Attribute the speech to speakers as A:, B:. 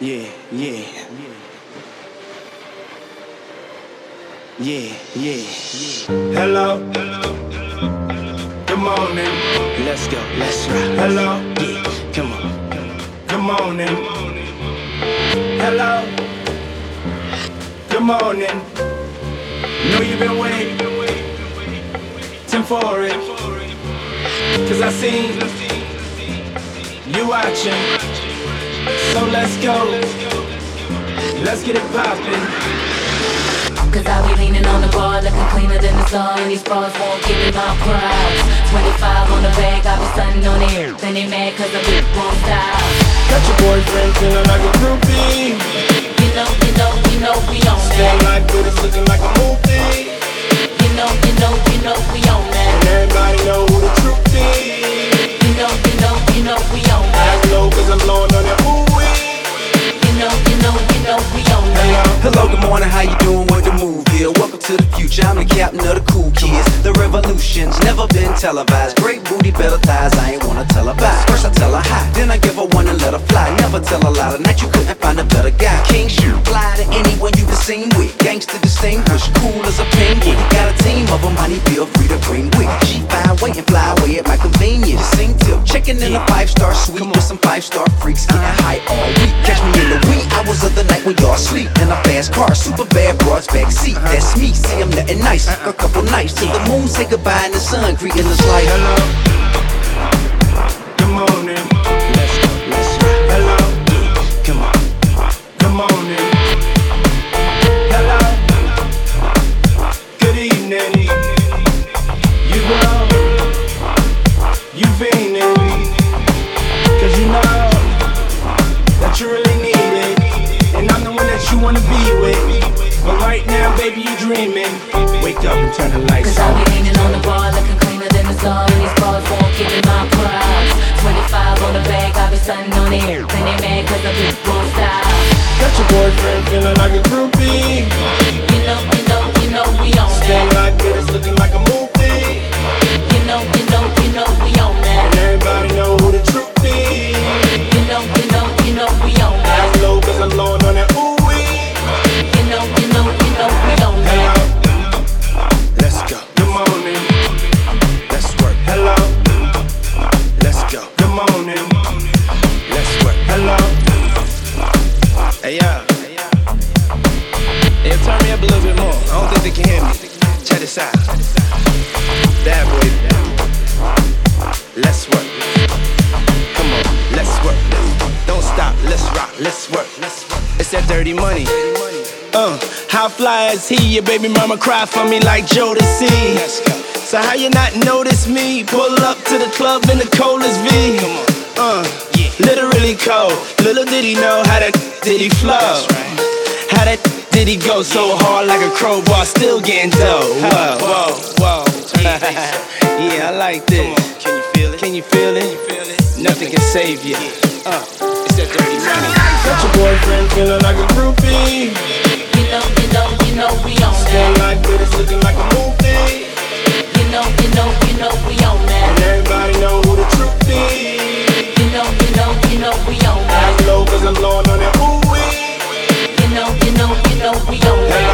A: Yeah, yeah. Yeah, yeah.
B: Hello. Good morning.
A: Let's go, let's ride.
B: Hello.
A: Yeah, come on.
B: Good morning. Hello. Good morning. Know you've been waiting. Tim for it. Cause I seen you watching. So let's go. Let's get it poppin'.
C: Cause I be leaning on the bar looking cleaner than the sun And these bras won't give me my props 25 on the bag, I be stunning on it Then they mad cause the whip won't stop
B: Got your boyfriend feeling like a groupie.
C: You know, you know, you know we on
B: Feeling
C: that
B: like this, looking like a movie.
C: You know, you know, you know we on that
B: And everybody know who the truth is.
C: You know, you know, you know we on
B: I
C: that
B: know cause I'm blowing on that ooh
C: You know, you know, you know we on that
B: Hello,
D: Hello, good morning, how you doing? What the move here? Welcome to the future, I'm the captain of the cool kids. The revolution's never been televised. Great booty, better thighs, I ain't wanna tell her bye. First I tell her hi, then I give her one and let her fly. Never tell a lie, tonight you couldn't find a better guy. King shoot, fly to anyone you've been seen with. Gangster distinguished, cool as a penguin. Got a team of 'em, honey, feel free to bring with. She fine, wait and fly away at my convenience. Sing till chicken in a five-star suite with some five-star freaks. Getting high all week, catch me in the week. I was up the night when y'all sleep in a fast car, super bad broads back seat. That's me, see I'm nothing nice. A couple nights till the moon say goodbye and the sun greeting us like.
B: good morning.
A: Let's go, let's ride.
B: Hello,
A: Come on.
B: good morning. Hello, good evening. You grow, you fiending. Cause you know that you really need it. And I'm the one that you wanna be with. But right now, baby, you dreaming. Wake up and turn the lights
C: Cause I
B: on.
C: be leaning on the bar looking cleaner than the sun And these bras won't give me my props 25 on the bag, I be stunning on it Then they mad cause the whip won't stop
B: Got your boyfriend feeling like a groupie.
C: You know, you know, you know we on
B: Feeling
C: that.
B: like this, looking like a movie.
C: You know, you know, you know we
B: And
C: on that.
B: everybody know who the truth is.
C: You know, you know, you know we on
B: I'm
C: that.
B: low cause I'm low on that ooh wee.
C: You know, you know, you know we on that.
D: Let's go,
B: Good morning.
D: let's work,
B: Hello.
D: let's go,
B: Good morning.
D: let's work.
B: Hello.
D: Hey yo, yeah, turn me up a little bit more. I don't think they can hear me. Check this out. That way, let's work. Come on, let's work. Don't stop, let's rock, let's work. It's that dirty money.
B: Uh, how fly is he? Your baby mama cry for me like Jodeci. So how you not notice me? Pull up to the club in the coldest V. Uh, literally cold. Little did he know how that did he flow. How that did he go so hard like a crowbar, still getting dough. Whoa, whoa, whoa. yeah, I like this. Can you feel it? Can you feel it? Nothing can save you. Uh, it's that dirty money. Got your boyfriend feeling like a groupie.
C: You know, you know, you know we on
B: Feeling
C: that.
B: like this, looking like a movie.
C: You know, you know, you know we on
B: And
C: that.
B: everybody know who the truth is.
C: You know, you know, you know we on that.
B: I'm low cause I'm low on that ooh wee.
C: You know, you know, you know we on that.